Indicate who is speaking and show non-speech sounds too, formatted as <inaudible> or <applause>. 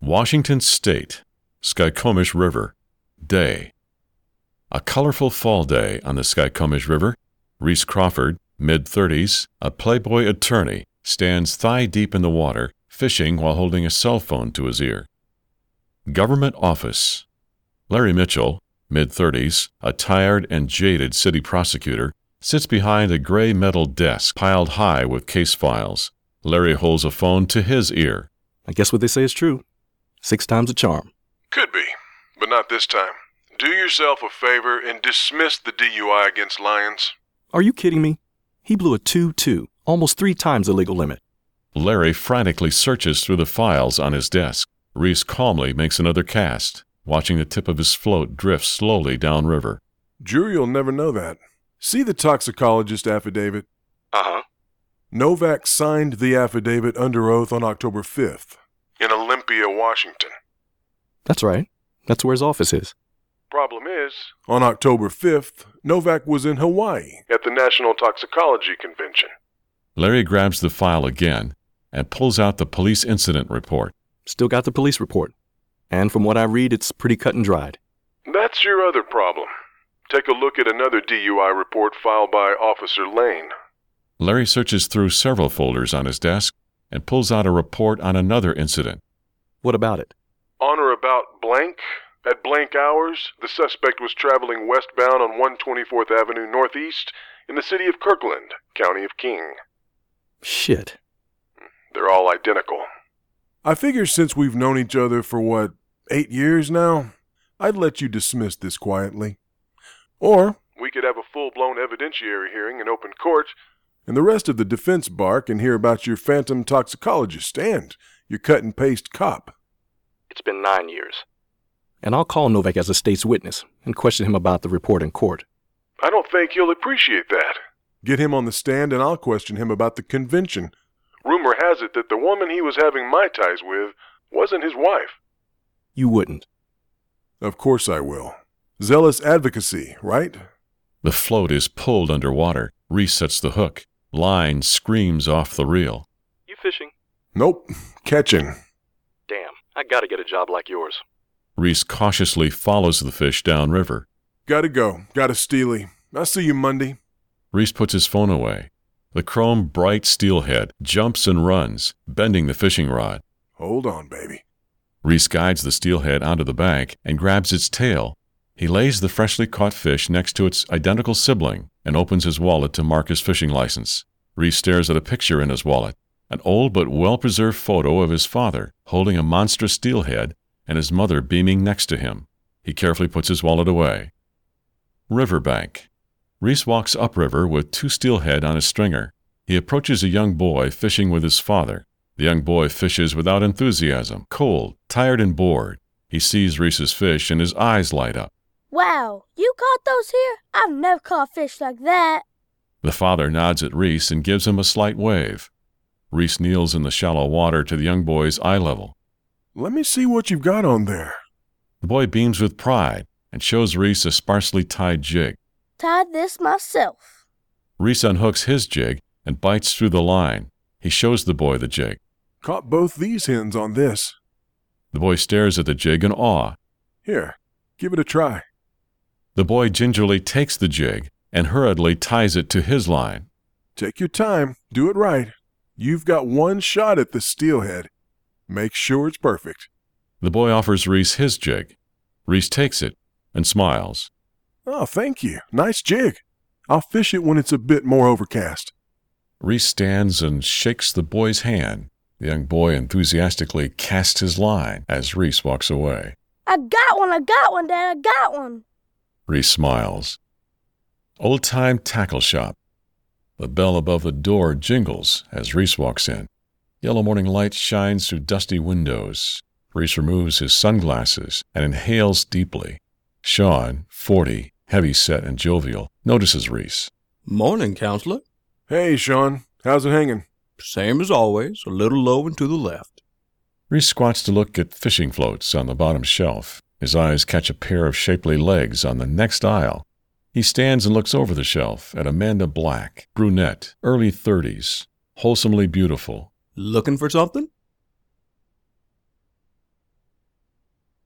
Speaker 1: Washington State, Skycomish River, day. A colorful fall day on the Skycomish River. Reese Crawford, mid 30s, a playboy attorney, stands thigh deep in the water, fishing while holding a cell phone to his ear. Government Office. Larry Mitchell, mid 30s, a tired and jaded city prosecutor, sits behind a gray metal desk piled high with case files. Larry holds a phone to his ear.
Speaker 2: I guess what they say is true. Six times a charm.
Speaker 3: Could be, but not this time. Do yourself a favor and dismiss the DUI against Lyons.
Speaker 2: Are you kidding me? He blew a 2 2, almost three times the legal limit.
Speaker 1: Larry frantically searches through the files on his desk. Reese calmly makes another cast, watching the tip of his float drift slowly downriver.
Speaker 4: Jury will never know that. See the toxicologist affidavit.
Speaker 3: Uh huh.
Speaker 4: Novak signed the affidavit under oath on October 5th.
Speaker 3: In Olympia, Washington.
Speaker 2: That's right. That's where his office is.
Speaker 3: Problem is,
Speaker 4: On October 5th, Novak was in Hawaii.
Speaker 3: at the National Toxicology Convention.
Speaker 1: Larry grabs the file again and pulls out the police incident report.
Speaker 2: Still got the police report. And from what I read, it's pretty cut and dried.
Speaker 3: That's your other problem. Take a look at another DUI report filed by Officer Lane.
Speaker 1: Larry searches through several folders on his desk and pulls out a report on another incident.
Speaker 2: What about it?
Speaker 3: On or about blank, at blank hours, the suspect was traveling westbound on 124th Avenue Northeast in the city of Kirkland, County of King.
Speaker 2: Shit.
Speaker 3: They're all identical.
Speaker 4: I figure since we've known each other for what, eight years now, I'd let you dismiss this quietly. Or,
Speaker 3: We could have a full blown evidentiary hearing in open court.
Speaker 4: and the rest of the defense bark and hear about your phantom toxicologist and your cut and paste cop.
Speaker 5: It's been nine years.
Speaker 2: And I'll call Novak as a state's witness and question him about the report in court.
Speaker 3: I don't think you'll appreciate that.
Speaker 4: Get him on the stand and I'll question him about the convention.
Speaker 3: Rumor has it that the woman he was having my ties with wasn't his wife.
Speaker 2: You wouldn't.
Speaker 4: Of course I will. Zealous advocacy, right?
Speaker 1: The float is pulled underwater. Reese sets the hook. Line screams off the reel.
Speaker 5: You fishing?
Speaker 4: Nope. <laughs> Catching.
Speaker 5: Damn, I gotta get a job like yours.
Speaker 1: Reese cautiously follows the fish downriver.
Speaker 4: Gotta go. Got a steely. I'll see you Monday.
Speaker 1: Reese puts his phone away. The chrome bright steelhead jumps and runs, bending the fishing rod.
Speaker 4: Hold on, baby.
Speaker 1: Reese guides the steelhead onto the bank and grabs its tail. He lays the freshly caught fish next to its identical sibling and opens his wallet to mark his fishing license. Reese stares at a picture in his wallet, an old but well preserved photo of his father holding a monstrous steelhead and his mother beaming next to him. He carefully puts his wallet away. Riverbank. Reese walks upriver with two steelhead on his stringer. He approaches a young boy fishing with his father. The young boy fishes without enthusiasm, cold, tired, and bored. He sees Reese's fish and his eyes light up.
Speaker 6: Wow, you caught those here? I've never caught fish like that.
Speaker 1: The father nods at Reese and gives him a slight wave. Reese kneels in the shallow water to the young boy's eye level.
Speaker 4: Let me see what you've got on there.
Speaker 1: The boy beams with pride and shows Reese a sparsely tied jig.
Speaker 6: Tied this myself.
Speaker 1: Reese unhooks his jig and bites through the line. He shows the boy the jig.
Speaker 4: Caught both these hens on this.
Speaker 1: The boy stares at the jig in awe.
Speaker 4: Here, give it a try.
Speaker 1: The boy gingerly takes the jig and hurriedly ties it to his line.
Speaker 4: Take your time. Do it right. You've got one shot at the steelhead. Make sure it's perfect.
Speaker 1: The boy offers Reese his jig. Reese takes it and smiles.
Speaker 4: Oh, thank you. Nice jig. I'll fish it when it's a bit more overcast.
Speaker 1: Reese stands and shakes the boy's hand. The young boy enthusiastically casts his line as Reese walks away.
Speaker 6: I got one, I got one, Dad, I got one.
Speaker 1: Reese smiles. Old time tackle shop. The bell above the door jingles as Reese walks in. Yellow morning light shines through dusty windows. Reese removes his sunglasses and inhales deeply. Sean, 40, heavy set and jovial, notices Reese.
Speaker 7: Morning, counselor.
Speaker 4: Hey, Sean. How's it hanging?
Speaker 7: Same as always, a little low and to the left.
Speaker 1: Reese squats to look at fishing floats on the bottom shelf. His eyes catch a pair of shapely legs on the next aisle. He stands and looks over the shelf at Amanda Black, brunette, early 30s, wholesomely beautiful.
Speaker 7: Looking for something?